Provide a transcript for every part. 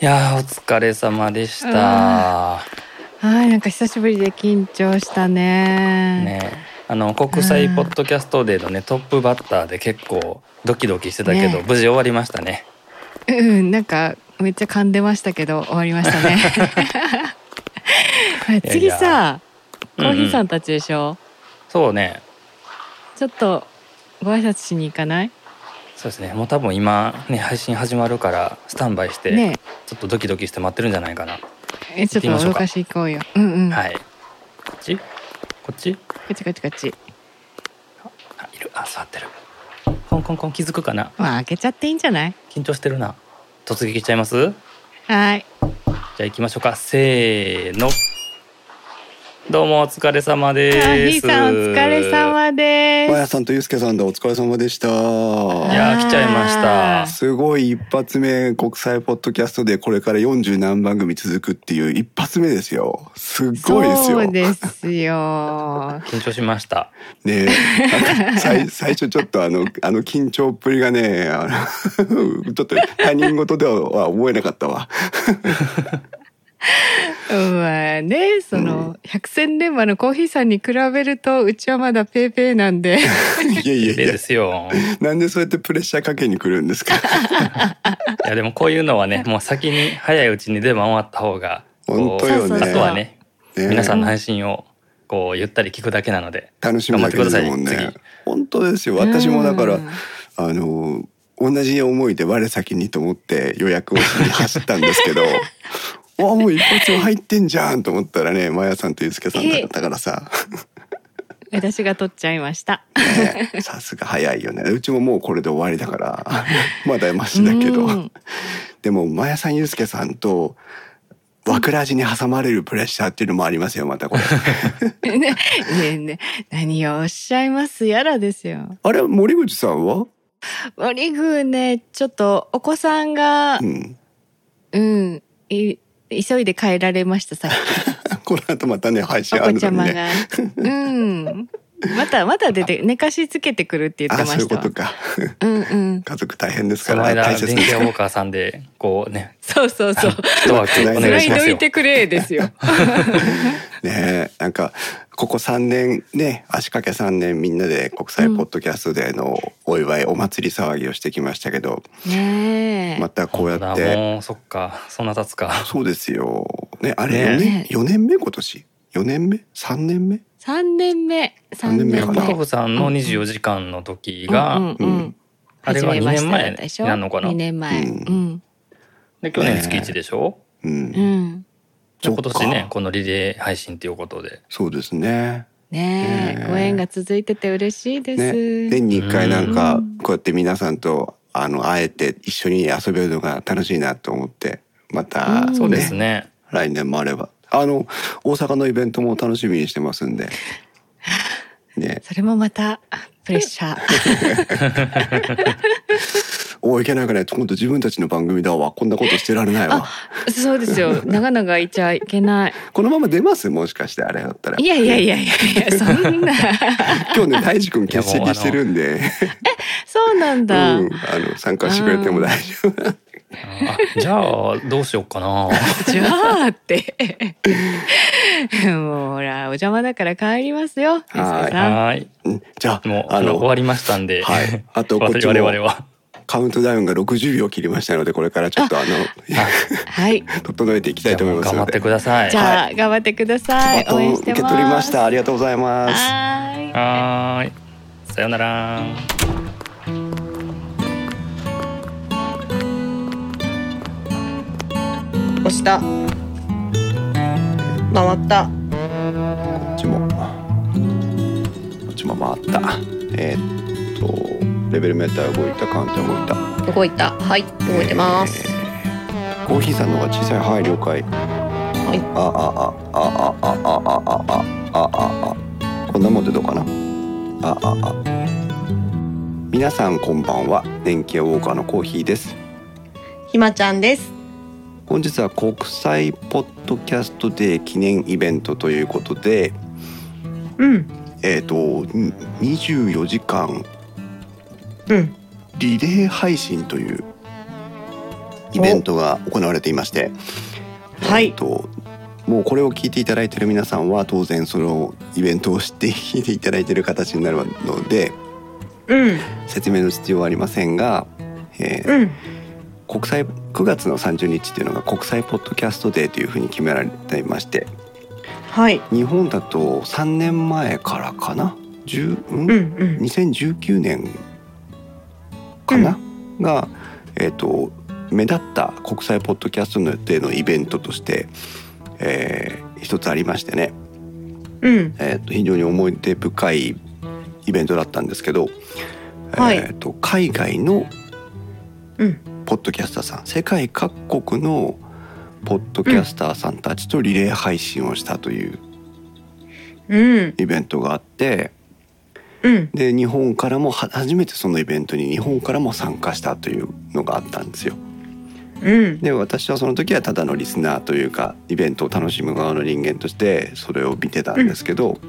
やーお疲れ様でした。はい、なんか久しぶりで緊張したね。ね、あの国際ポッドキャストデーのねトップバッターで結構ドキドキしてたけど、ね無事終わりましたね。うん、なんかめっちゃ噛んでましたけど終わり ましたね。はい次さ、コーヒーさうんうんんたちでしょ。そうね、ちょっとご挨拶しに行かない？そうですね。もう多分今ね配信始まるからスタンバイして、ねちょっとドキドキして待ってるんじゃないかな。え、えちょっと行ってみましょうおかかしい行こうよ。うんうん。はい。こっち？こっち？カチカチカチ。あいる。あ座ってる。コンコンコン気づくかな。まあ開けちゃっていいんじゃない？緊張してるな。突撃しちゃいます？はい。じゃあ行きましょうか。せーの。どうもお疲れ様でコす。ーヒーさんお疲れ様でまやす。さんとゆうすけさんだお疲れ様でしたいやー来ちゃいましたあーすごい一発目国際ポッドキャストでこれから40何番組続くっていう一発目ですよすっごいですよそうねですよ。緊張しました。えなんか最 最初ちょっとあのあの緊張っぷりがねあの ちょっと他人事では思えなかっ たわまあねその、百戦錬磨のコーヒーさんに比べるとうちはまだペーペーなんでいやいやいでやですよ。なんでそうやってプレッシャーかけに来るんですかいやでもこういうのは ね、もう先に早いうちに出番終わった方が、こ本当うよそうそうあねとはね、ね皆さんの配信をこうゆったり聞くだけなので、楽しみだけですも頑張っんてくださいね次本当ですよ 私もだからうんあの同じ思いで我先にと思って予約をしに走ったんです けどわあもう一発も入ってんじゃんと思ったらねまやさんとゆうすけさんだったか らさ、私が取っちゃいましたねさすが早いよねうちももうこれで終わりだからまだマシだけどうんでもまやさんゆうすけさんと枠ラジに挟まれるプレッシャーっていうのもありますよま たこれねねえねえ何をおっしゃいますやらですよあれ森口さんは、森宮ねちょっとお子さんがうん、うん、い急いで帰られましたさっこの後またね配き信あおる子ちゃのまにねが、うんまたまた出て寝かしつけてくるって言ってあまそういしうたこわとかうんうん家族大変ですかそのら間大切電で気す屋かウらォーカーさんでこうね、そうそうそう一枠お願いし繋まいすどいよ。てくれですよねえなんかここ3年ね足掛け3年みんなで国際ポッドキャストでのお祝い、お祭り騒ぎをしてきましたけどねえ、またこうやだっからてもうそっか、そんな経つか。そうですよ、ね、あれね4年,、ね4年目今年4年目3年目三年目三三年目かなトフさんの24時間の時うがん、うんうんあれは始めまし2た年前でしょになるのかな2年前ううんんで去年月1でしょ。うん、うんでそっ今か年ね、このリレー配信ということで。そうですねねえねえご縁が続いてて嬉しいです、ね年に1回なんうかんこうやって皆さんとあの会えて一緒に遊べるのが楽しいなと思ってまた、うんそうですね。来年もあればあの大阪のイベントも楽しみにしてますんでねそれもまたプレッシャー おいけないから今度自分たちの番組だわこんなことしてられないわそうですよ長々いちゃいけないこのまま出ますもしかしてあれだったらいやいやいやいやいやそんな今日ね大地君欠席してるんでそうなんうん、だ、あの参加してくれても大丈夫あじゃあどうしようか な。じゃあってもうほらお邪魔だから帰りますよ水田はいさんはーい。うんじゃあもうああの終のわりましたんで、はいあとこっ ち我々もは。カウントダウンが60秒切りましたのでこれからちょっとあのあはい整えていきたいと思います頑張のっでてください。じゃあ、頑張ってくださバい応トン援し受てけます取りましたありがとうございますはーいはーい。さよなら。押した回ったこっちもこっちも回ったえーっとレベルメーター動いたカウンター動いた動いたはい動いてます、コーヒーさんの方が小さいはい了解いあああああああああああああこんなもんでどうかなあああ皆さんこんばんは年季ウォーカーのコーヒーですひまちゃんです本日は国際ポッドキャストデー記念イベントということでうんえっ、とに24時間うんリレー配信というイベントが行われていまして、はいえっともうこれを聞いていただいている皆さんは当然そのイベントを知って 聞いていただいている形になるのでうん説明の必要はありませんが、えーうん国際9月の30日というのが国際ポッドキャストデーというふうに決められていましてはい日本だと3年前からかな10、うんうんうん2019年かな、が、えー、と目立った国際ポッドキャストの予定のイベントとして、えー一つありましてね、うんえー、と非常に思い出深いイベントだったんですけど、はいえー、と海外のうんポッドキャスターさん世界各国のポッドキャスターさんたちとリレー配信をしたといううんイベントがあってうんで日本からもは初めてそのイベントに日本からも参加したというのがあったんですよ。うんで私はその時はただのリスナーというかイベントを楽しむ側の人間としてそれを見てたんですけど、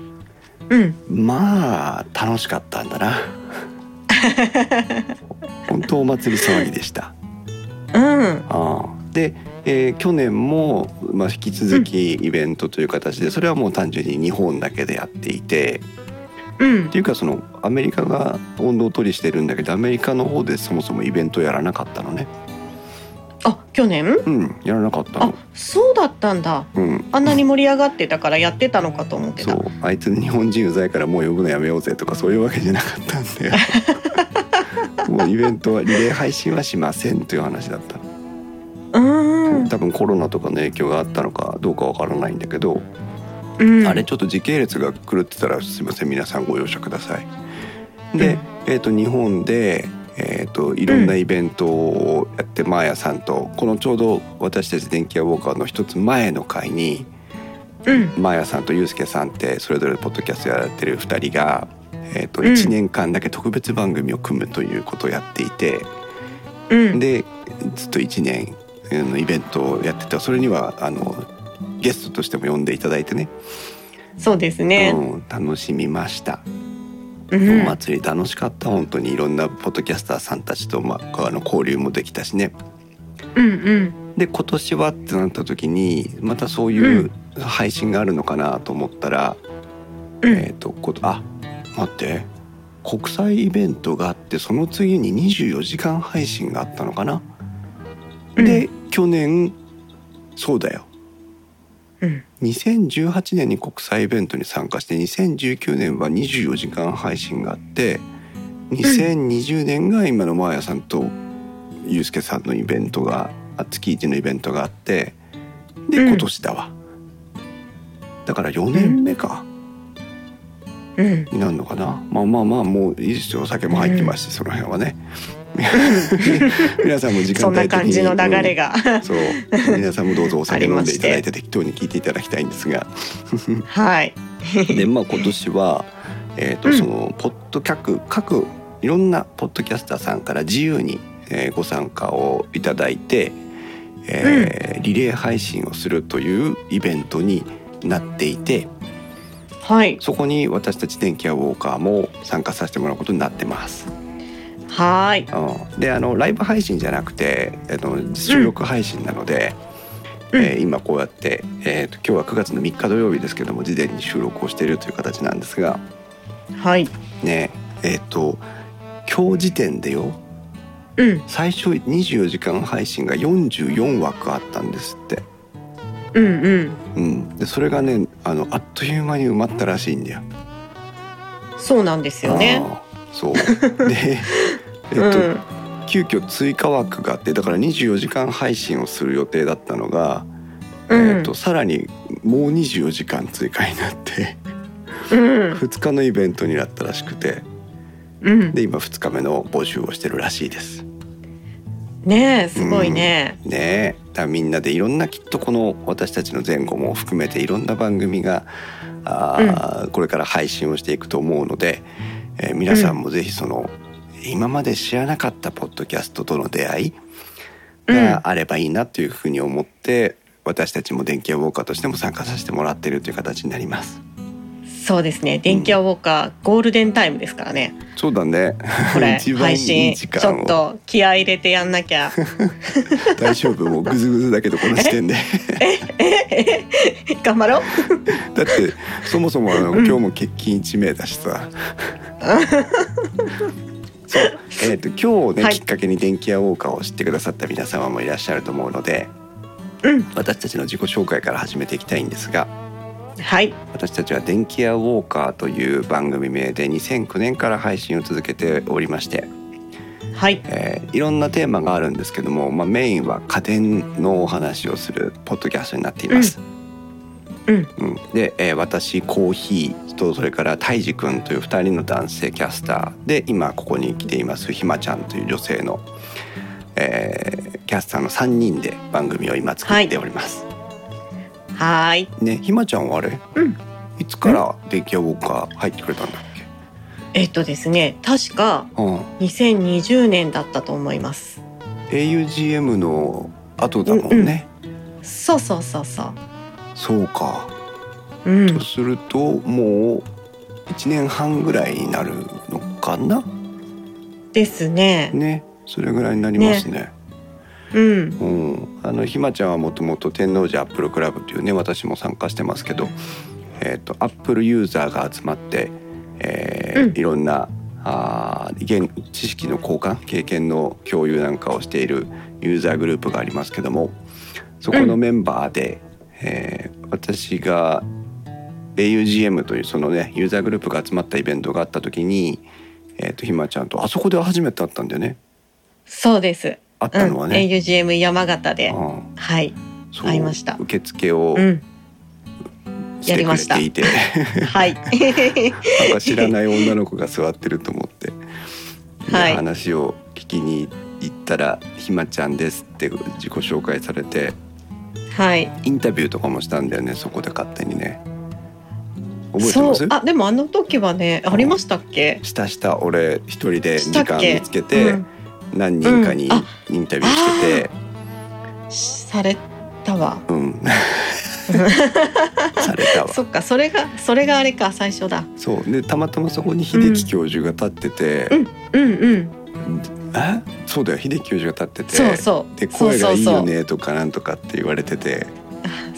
うんまあ楽しかったんだな。本当お祭り騒ぎでした。うんああで、えー去年も、まあ、引き続きイベントという形でそれはもう単純に日本だけでやっていてうんっていうかそのアメリカが温度を取りしてるんだけどアメリカの方でそもそもイベントやらなかったのね。あ去年うん、やらなかったあの。そうだったんだうんあんなに盛り上がってたからやってたのかと思ってそたうあいつ日本人うざいからもう呼ぶのやめようぜとかそういうわけじゃなかったん でもうイベントはリレー配信はしませんという話だった、うんうん多分コロナとかの影響があったのかどうかわからないんだけど、うんあれちょっと時系列が狂ってたらすいません皆さんご容赦ください。うで、んえー、と日本で、えー、といろんなイベントをやって、マーヤさんとこのちょうど私たち電気屋ウォーカーの一つ前の回にうんマーヤさんとユうスケさんってそれぞれポッドキャストやられてる二人が、えー、とうん1年間だけ特別番組を組むということをやっていて、うんでずっと1年あのイベントをやってたそれにはあのゲストとしても呼んでいただいてね、そうですねうん、楽しみました。うおん祭り楽しかった本当にいろんなポッドキャスターさんたちと、まあ、あの交流もできたしねうんで今年はってなった時にまたそういう配信があるのかなと思ったら、うんえっ、とことあ待って国際イベントがあってその次に24時間配信があったのかな、うんで去年そうだようん2018年に国際イベントに参加して2019年は24時間配信があって2020年が今のマーヤさんとユうスケさんのイベントがあ月一のイベントがあってでうん今年だわ、だから4年目か、うんになるのかなまあまあまあもういいですよお酒も入ってますし、その辺はね 皆さんも時間そん帯な的に感じの流れが、うんそう皆さんもどうぞお酒あり飲んまでいしてただいて適当に聞いていただきたいんですがはいでまあ今年はえーとうんそのポッド客各いろんなポッドキャスターさんから自由に、えーご参加をいただいて、えーリレー配信をするというイベントになっていてはいそこに私たち電気屋ウォーカーも参加させてもらうことになってます。はーいうん、であのライブ配信じゃなくて、えっと収録配信なので、うんえー今こうやって、えーと今日は9月の3日土曜日ですけども事前に収録をしているという形なんですがはいねえっ、と今日時点でようん最初24時間配信が44枠あったんですって、うんうんうん、でそれがねあのあっという間に埋まったらしいんだよ。そうなんですよねあーそう で、えっとうん急遽追加枠があってだから24時間配信をする予定だったのが、うんえー、とさらにもう24時間追加になってうん2日のイベントになったらしくてうんで今2日目の募集をしてるらしいです。ねえすごいねねえだからみんなでいろんなきっとこの私たちの前後も含めていろんな番組があー、これから配信をしていくと思うので、えー皆さんもぜひその、今まで知らなかったポッドキャストとの出会いがあればいいなというふうに思って、私たちも電気屋ウォーカーとしても参加させてもらってるという形になります。そうですね。電気屋ウォーカー、ゴールデンタイムですから ね。そうだねこれ一番配いい信ち時間ょっをと気合い入れてやんなきゃ。 大丈夫もうグズグズだけどこの時点で頑張ろう。 だってそもそもあのうん今日も欠勤1名だし さそうえー、と今日ね、はいきっかけに電気屋ウォーカーを知ってくださった皆様もいらっしゃると思うのでうん。私たちの自己紹介から始めていきたいんですがはい。私たちは「電気屋ウォーカー」という番組名で2009年から配信を続けておりまして、はい。えーいろんなテーマがあるんですけども、まあ、メインは家電のお話をするポッドキャストになっています。うんうんで、えー私コーヒーとそれからたいじくんという2人の男性キャスターで今ここに来ていますひまちゃんという女性の、えーキャスターの3人で番組を今作っております。はーい。ねひまちゃんはあれ、うんいつから電気屋ウォーカー入ってくれたんだっけえっとですね。確かうん、 2020年だったと思います。 augm の後だもんね、そうそうそうそそうか、う。うんと。するともう1年半ぐらいになるのかなですね。ねそれぐらいになりますねうん。うん、あのひまちゃんはもともと天王寺アップルクラブというね私も参加してますけど、えー、とアップルユーザーが集まって、えーうんいろんなあー現知識の交換経験の共有なんかをしているユーザーグループがありますけどもそこのメンバーで、えー私が augm というそのねユーザーグループが集まったイベントがあった時に、えー、とひまちゃんとあそこで初めて会ったんだよねそうです。会っうんたのはね。 AUGM 山形で。うんはい。そう会いました受付をうん。してくれていて、はい。 なんか知らない女の子が座ってると 思って、はいで話を聞きに行ったら「ひまちゃんです」って自己紹介されて はい。インタビューとかもしたんだよねそこで勝手にね覚えてそまうす。あ、でもあの時はね、ありましたっけ。したした俺一人で時したっ間け見つけうてん何人かにうんあインタビューしてて、されたわ。うんされた わそっか、それが、それがあれか、最初だ。そうでたまたまそこに秀樹教授が立ってて、うんうん。えそうだよ秀樹教授が立っててそうそう。でそう声そがういいそよう。ねとかなんとかって言われてて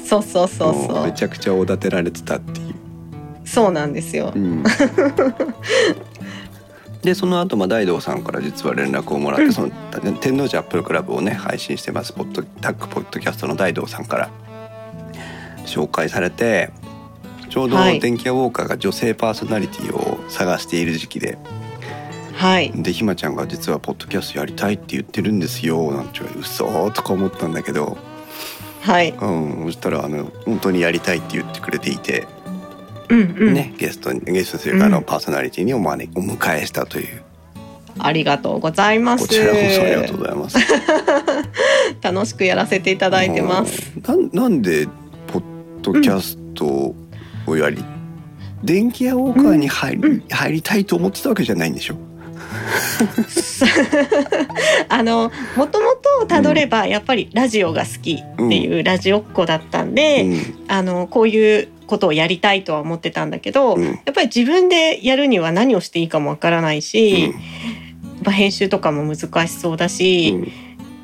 そうそうそうもそうめう。ちゃくちゃおだてられてたっていう。そうなんですよ う。んでその後まあ大道さんから実は連絡をもらって、うんその天王寺アップルクラブをね配信してますポッドタックポッドキャストの大道さんから紹介されてちょうどはい電気屋ウォーカーが女性パーソナリティを探している時期で、はい。でひまちゃんが実はポッドキャストやりたいって言ってるんですよなんて言われて嘘ーとか思ったんだけど、はい。うん、そしたらあの本当にやりたいって言ってくれていて、うんうん。ねゲストにゲストというかあの、うんパーソナリティにお招きお迎えしたというありがとうございます。こちらこそありがとうござい ます。い楽しくやらせていただいてます。。なんなんでポッドキャストをやり、電気屋ウォーカーに入り、入りたいと思ってたわけじゃないんでしょ。 あのもともとたどればやっぱりラジオが好きっていうラジオっ子だったんうで、んあのこういうことをやりたいとは思ってたんだけど、うんやっぱり自分でやるには何をしていいかもわからないし、まあ、編集とかも難しそうだし、うん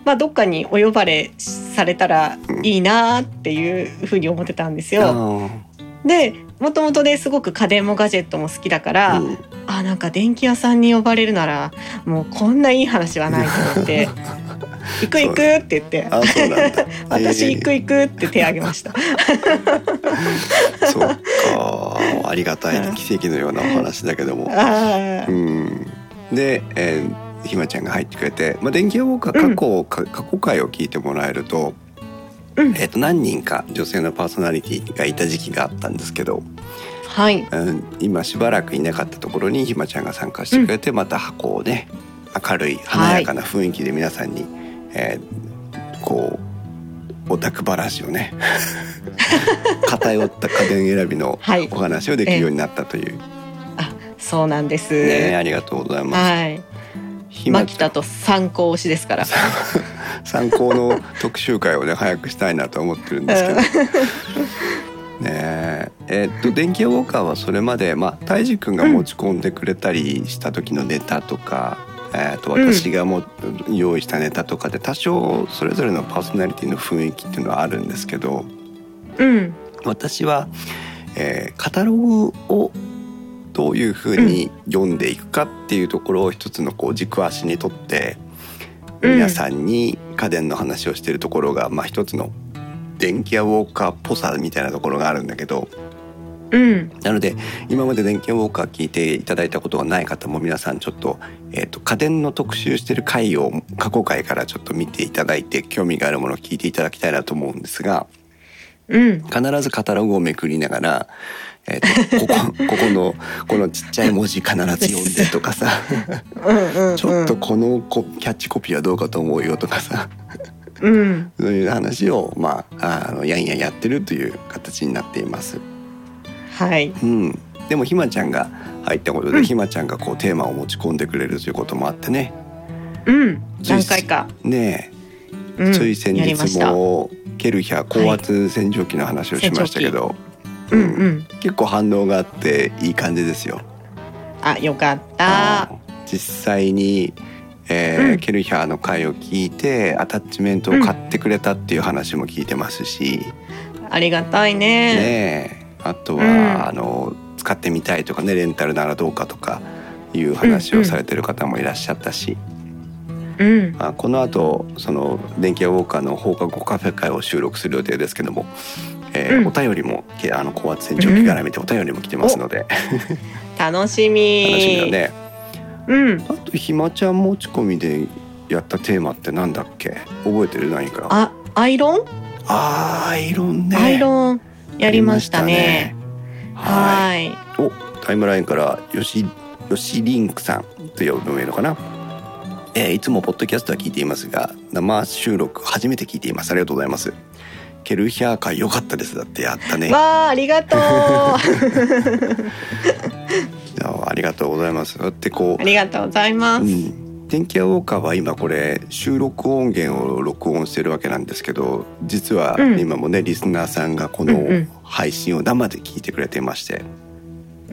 まあ、どっかにお呼ばれされたらいいなっていうふうに思ってたんですよ。でもともとですごく家電もガジェットも好きだから、あーうんあなんか電気屋さんに呼ばれるならもうこんないい話はないと思って 行く行くって言って。あそうなんだ 私行く行くって手挙げましたそうかありがたいね奇跡のようなお話だけども。あーうん、で、えーひまちゃんが入ってくれて、まあ、電気屋ウォーカー過去、か過去回を聞いてもらえると,、うんえー、と何人か女性のパーソナリティがいた時期があったんですけど、はいうん、今しばらくいなかったところにひまちゃんが参加してくれて、また箱をね明るい華やかな雰囲気で皆さんに、えーこうオタク話を ね偏った家電選びのはいお話をできるようになったという、そうなんです、ねありがとうございます。はいひま牧田と参考推しですから参考の特集会をね早くしたいなと思ってるんですけど、ねえええっと電気屋ウォーカーはそれまでまあたいじくんが持ち込んでくれたりした時のネタとか、えっうとん私がも用意したネタとかで多少それぞれのパーソナリティの雰囲気っていうのはあるんですけどうん私は、えーカタログをどういうふうに読んでいくかっていうところを一つのこう軸足にとってうん皆さんに家電の話をしてるところが、まあ、一つの電気屋ウォーカーっぽさみたいなところがあるんだけどうんなので今まで電気屋ウォーカー聞いていただいたことがない方も皆さんちょっと,、えーと家電の特集してる回を過去回からちょっと見ていただいて興味があるものを聞いていただきたいなと思うんですが。うん必ずカタログをめくりながら、えーとこ こここのこのちっちゃい文字必ず読んでとか さうんうんちょっとこのこキャッチコピーはどうかと思うよとかさ うんそういう話を、まあ、あのやんやんやってるという形になっています。はいうん、でもひまちゃんが入ったことで、うんひまちゃんがこうテーマを持ち込んでくれるということもあってねうん随何時回か、ねうえ、ん、つい先やりま日したうんもケルヒャ高圧洗浄機の話をしましたけど、うん結構反応があっていい感じですよ。あよかった実際に、えーうんケルヒャーの回を聞いてアタッチメントを買ってくれたっていう話も聞いてますし、ありがたいねねえあとは、うんあの使ってみたいとかねレンタルならどうかとかいう話をされてる方もいらっしゃったし、うんまあ、この後その電気屋ウォーカーの放課後カフェ会を収録する予定ですけども、えーうんお便りもけあの高圧洗浄機から見てお便りも来てますので、楽しみ楽しみだね。うんあとひまちゃん持ち込みでやったテーマってなんだっけ覚えてる何かあアイロン、あーアイロンねアイロンやりましたやねりましたねははいいおタイムラインからよしよしりんくさんと呼ぶのかなえーいつもポッドキャストは聞いていますが生収録初めて聞いていますありがとうございますケルヒャー会良かったですだってやったねわあありが とうあいやありがとうございますだってこうりがとうございまうす、ん、電気屋ウォーカーは今これ収録音源を録音してるわけなんですけど実はうん今もね、リスナーさんがこうんうのん配信を生で聞いてくれてまして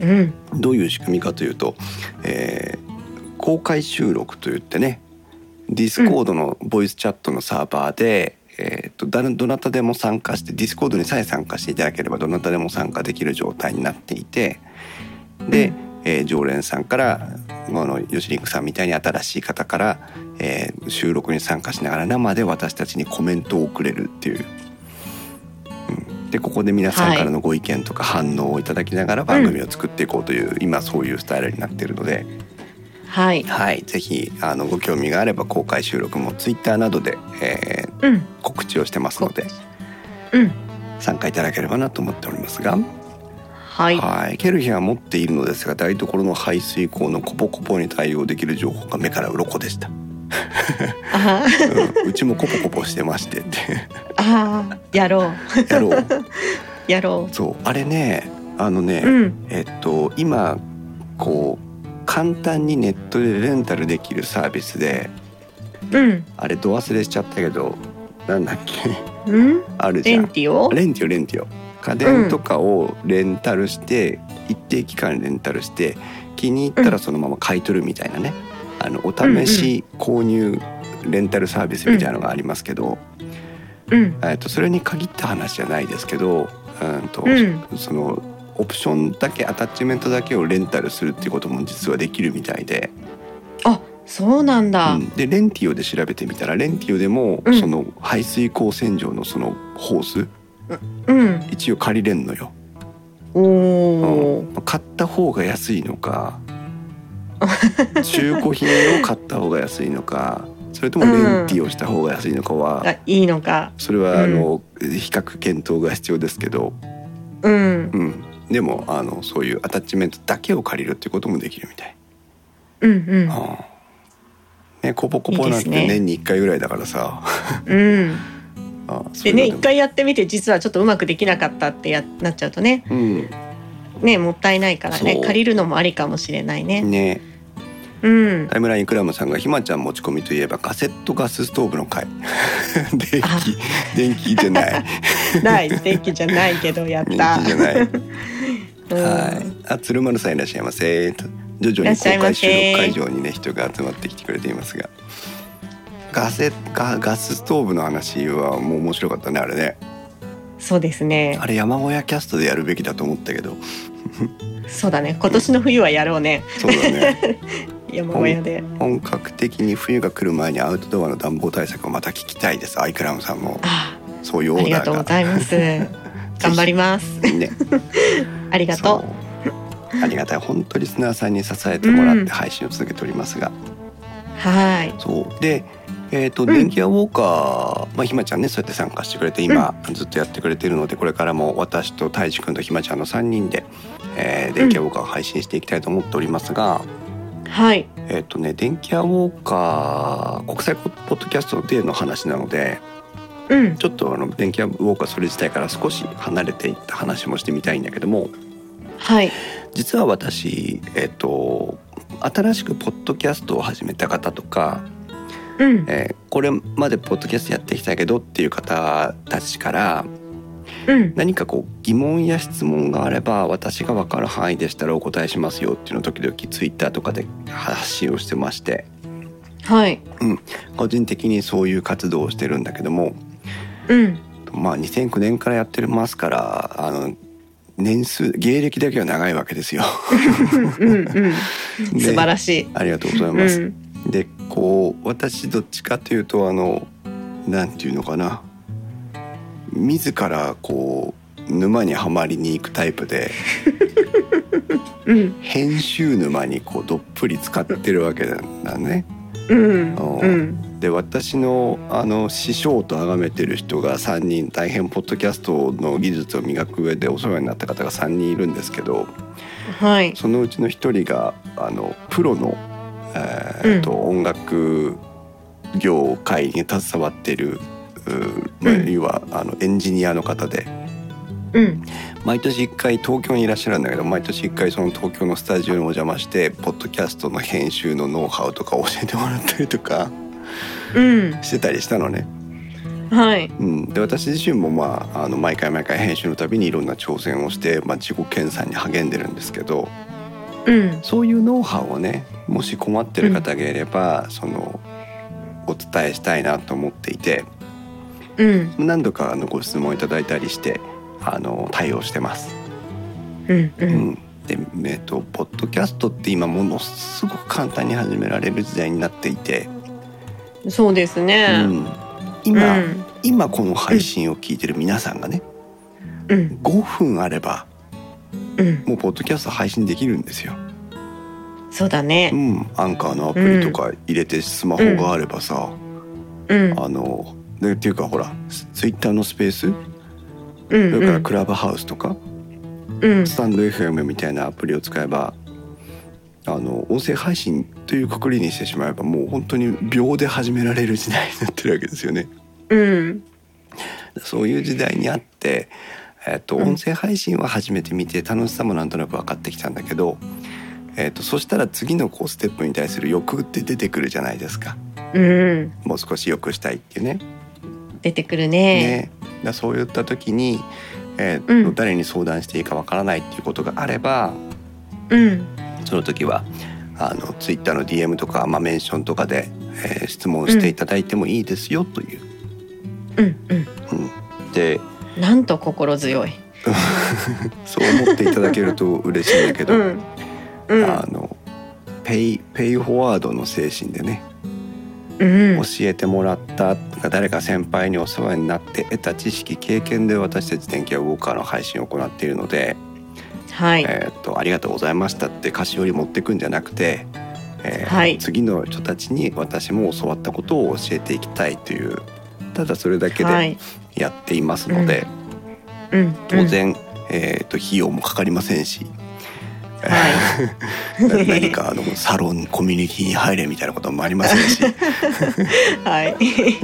うんどういう仕組みかというと、えー公開収録といってねディスコードのボイスチャットのサーバーで、えーと誰どなたでも参加してディスコードにさえ参加していただければどなたでも参加できる状態になっていてで、えー常連さんからこのよしりんくさんみたいに新しい方から、えー収録に参加しながら生で私たちにコメントをくれるっていう。うんでここで皆さんからのご意見とか反応をいただきながら番組を作っていこうという、今そういうスタイルになっているので、はいはい、ぜひあのご興味があれば公開収録もツイッターなどで、えーうん告知をしてますのでうん参加いただければなと思っておりますが、はいはい、ケルヒャーは持っているのですが台所の排水口のコポコポに対応できる情報が目から鱗 でした、あはうん、うちもコポコポしてま してってあーやろうやろうやろそうあれねあのね、ううんえっと今こう簡単にネットでレンタルできるサービスでうんあれど忘れしちゃったけどなんだっけうんあるじレゃんンティオレンティオレンティオ家電とかをレンタルして、一定期間レンタルして気に入ったらそのまま買い取るみたいなね、あのお試し購入レンタルサービスみたいなのがありますけど、うんえっとそれに限った話じゃないですけど、うんとうんそのオプションだけアタッチメントだけをレンタルするっていうことも実はできるみたいで、あそうなんだ、うんでレンティオで調べてみたらレンティオでもうんその排水口洗浄のそのホースうん、一応借りれんのよ。おお、買った方が安いのか中古品を買った方が安いのかそれともレンティをした方が安いのかは、あいいのかそれはあの、比較検討が必要ですけど、うんうん、でもあのそういうアタッチメントだけを借りるっていうこともできるみたい。うんうんね、コポコポないんていですね年に1回ぐらいだからさ。うんうんあそでういうのねも一回やってみて実はちょっとうまくできなかったってやなっちゃうとねうんねもったいないからねそう借りるのもありかもしれないねねうんタイムラインクラムさんがひまちゃん持ち込みといえばカセットガスストーブの回 電あ気電気じゃないない電気じゃ ないけどやっ電た気じゃないはうんいあ鶴丸さんいらっしゃいませと徐々に公開収録会場にね人が集まってきてくれていますがガセガガスストーブの話はもう面白かったねあれねそうですねあれ山小屋キャストでやるべきだと思ったけどそうだね今年の冬はやろうねそうだね 山小屋で本格的に冬が来る前にアウトドアの暖房対策をまた聞きたいですアイクラムさんもあそういうオありーがダとうごーざいます頑張りますがねありがとうそうありがたい本当リスナーさんに支えてもらっうんて配信を続けておりますが、はいそうでえーとん電気屋ウォーカー、まあ、ひまちゃんねそうやって参加してくれて今、ずっとやってくれてるのでこれからも私とたいじくんとひまちゃんの3人で、えー電気屋ウォーカーを配信していきたいと思っておりますが、はいえっ、とね電気屋ウォーカー国際ポッドキャストデーの話なのでうんちょっとあの電気屋ウォーカーそれ自体から少し離れていった話もしてみたいんだけども、はい実は私、えっと新しくポッドキャストを始めた方とか、うんえーこれまでポッドキャストやってきたけどっていう方たちからうん何かこう疑問や質問があれば私が分かる範囲でしたらお答えしますよっていうのを時々ツイッターとかで発信をしてましてはい個人的にそういう活動をしてるんだけども、うんまあ、2009年からやってますからあの年数芸歴だけは長いわけですよ。 うんうんうんね素晴らしいありがとうございうます。んでこう私どっちかというとあのなんていうのかな自らこう沼にはまりに行くタイプでうん編集沼にこうどっぷり使ってるわけなんだね。うんおうんで私のあの師匠と崇めてる人が3人大変ポッドキャストの技術を磨く上でお世話になった方が3人いるんですけどはいそのうちの1人があのプロの、えーと音楽業界に携わってる、うーまあ、うん要はあのエンジニアの方でうん毎年1回東京にいらっしゃるんだけど毎年1回その東京のスタジオにお邪魔してポッドキャストの編集のノウハウとか教えてもらったりとか うんしてたりしたのね。はいうん、で私自身も、まあ、あの毎回毎回編集のたびにいろんな挑戦をして、まあ、自己研鑽に励んでるんですけど。うんそういうノウハウをねもし困ってる方がいれば、そのお伝えしたいなと思っていてうん何度かあのご質問いただいたりしてあの対応してます。うんううんんでえっとポッドキャストって今ものすごく簡単に始められる時代になっていて、そうですうねん今、うん今この配信を聞いてる皆さんがねうん5分あればうんもうポッドキャスト配信できるんですよ。そうだうねん、アンカーのアプリとか入れてスマホがあればさ、うんあのでっていうかほらツツイッターのスペースうんそれうからんクラブハウスとか、うんスタンド FM みたいなアプリを使えばあの音声配信というくくりにしてしまえばもう本当に秒で始められる時代になってるわけですよね。うんそういう時代にあって、えっとうん音声配信は始めてみて楽しさもなんとなく分かってきたんだけど、えっとそしたら次のこうステップに対する欲って出てくるじゃないですかうんもう少し良くしたいっていうね。出てくるねね、だそういった時に、えーうん誰に相談していいかわからないっていうことがあればうんその時はあのツイッターの DM とか、まあ、メンションとかで、えー質問していただいてもいいですよという。うんうんでなんと心強いそう思っていただけると嬉しいんだけど、 うんうんあのペイペイフォワードの精神でね、うん教えてもらったとか誰か先輩にお世話になって得た知識経験で私たち電気屋ウォーカーの配信を行っているので、はいえーっと「ありがとうございました」って菓子折り持ってくんじゃなくて、えーはい次の人たちに私も教わったことを教えていきたいというただそれだけはでいやっていますので、うん当然、えーっと費用もかかりませんし。はい何かあのサロンコミュニティに入れみたいなこともありません しうんはい 非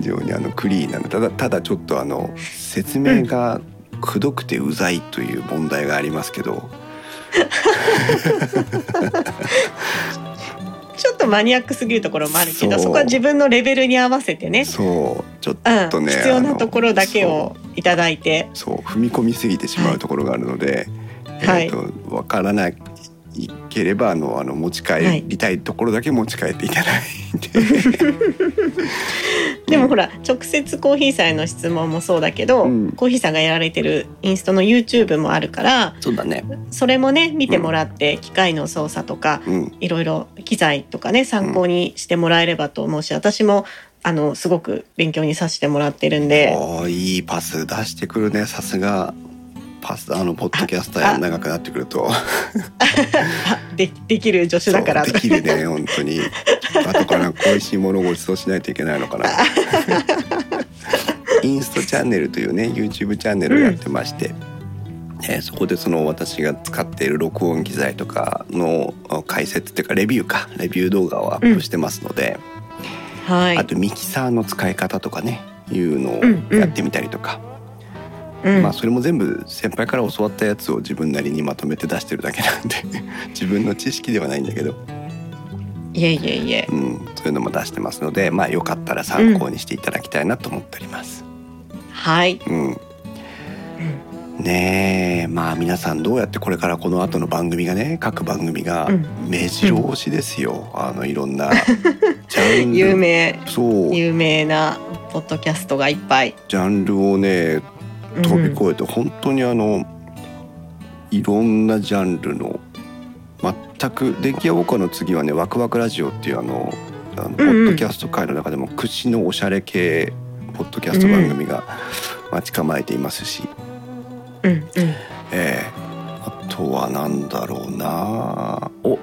常にあのクリーンなのただただちょっとあの説明がくどくてうざいという問題がありますけどマニアックすぎるところもあるけどそうそこは自分のレベルに合わせてね、そうちょっうんとね必要なところだけをいただいてそう踏み込みすぎてしまうところがあるので、はいえー、とわからないければあのあの持ち帰りたいところだけ持ち帰っていただいて、でもほら直接コーヒーさんへの質問もそうだけど、うんコーヒーさんがやられてるインストの YouTube もあるから そうだね、それもね見てもらって機械の操作とかうん、いろいろ機材とかね参考にしてもらえればと思うし私もあのすごく勉強にさせてもらってるんで。おーいいパス出してくるねさすがパスあのポッドキャスターあや長くなってくるとあでできる助手だからとそうかできるね本当 にあとからなんか美味しいものをご馳走しないといけないの かなインストチャンネルというね YouTube チャンネルをやってまして、えーそこでその私が使っている録音機材とかの解説っていうかレビューかレビュー動画をアップしてますので、はいあとミキサーの使い方とかねいうのうんうをんやってみたりとか、うんまあそれも全部先輩から教わったやつを自分なりにまとめて出してるだけなんで自分の知識ではないんだけどいえいえいえうん、そういうのも出してますので、まあ、よかったら参考にしていただきたいなと思っております。はいうんねえまあ皆さんどうやってこれからこの後の番組がね各番組がうん目白押しですよ、あのいろんなジャ ンル有名そうジ有名なポッドキャストがいっぱいャンルをね飛び越えて、本当にあのいろんなジャンルの全く電気屋ウォーカーの次はね「ワクワクラジオ」っていうあのあのポッドキャスト界の中でも屈指のおしゃれ系ポッドキャスト番組が待ち構えていますし、うんうんうんええあとは何だろうなお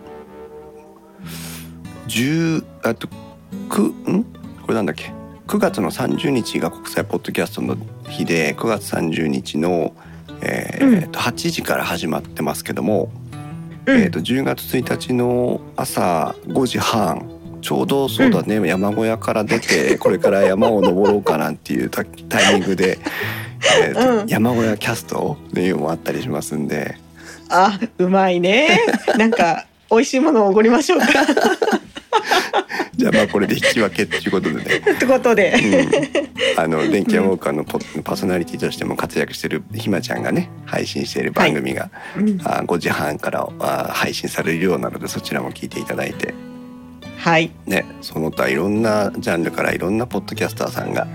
10あと9んこれなんだっけ9月の30日が国際ポッドキャストの日で9月30日の、えーうんえっと8時から始まってますけども、うんえっと10月1日の朝5時半ちょうどそうだね、山小屋から出てこれから山を登ろうかなんていうタタイミングで、えーとうん山小屋キャストっていうのもあったりしますんであうまい ねなんか美味しいものをおごりましょうか じゃあまあこれで引き分けっていうことでね。ってことでうん、あの電気屋ウォーカーのポッパーソナリティとしても活躍してるひまちゃんがね配信している番組が、うんあ5時半からあ配信されるようなのでそちらも聞いていただいて、はいね、その他いろんなジャンルからいろんなポッドキャスターさんが、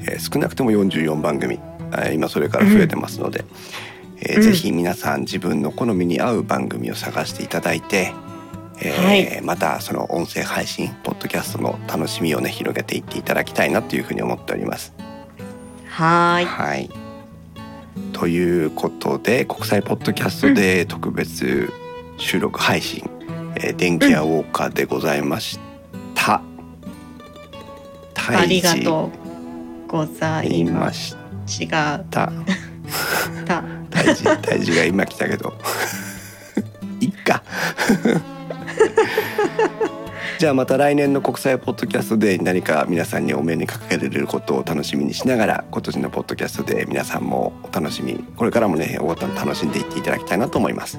えー少なくとも44番組あー今それから増えてますので、えーうんぜひ皆さん自分の好みに合う番組を探していただいて、えーまたその音声配信ポッドキャストの楽しみをね広げていっていただきたいなというふうに思っております。はーいはい。ということで国際ポッドキャストで特別収録配信「えー電気屋ウォーカー」でございました。ありがうとうござ言いいまますし。違った大事大事が今来たけど いっか じゃあまた来年の国際ポッドキャストで何か皆さんにお目にかけられることを楽しみにしながら今年のポッドキャストで皆さんもお楽しみこれからもねお楽しんでいっていただきたいなと思います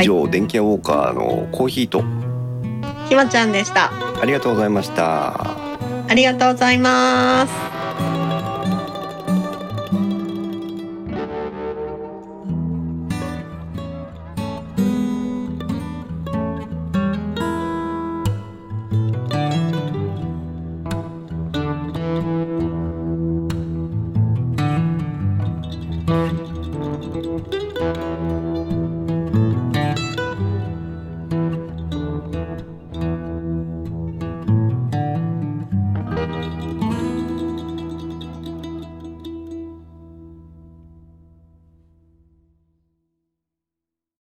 以上、電気屋ウォーカーのコーヒーとひまちゃんでしたありがとうございましたありがとうございます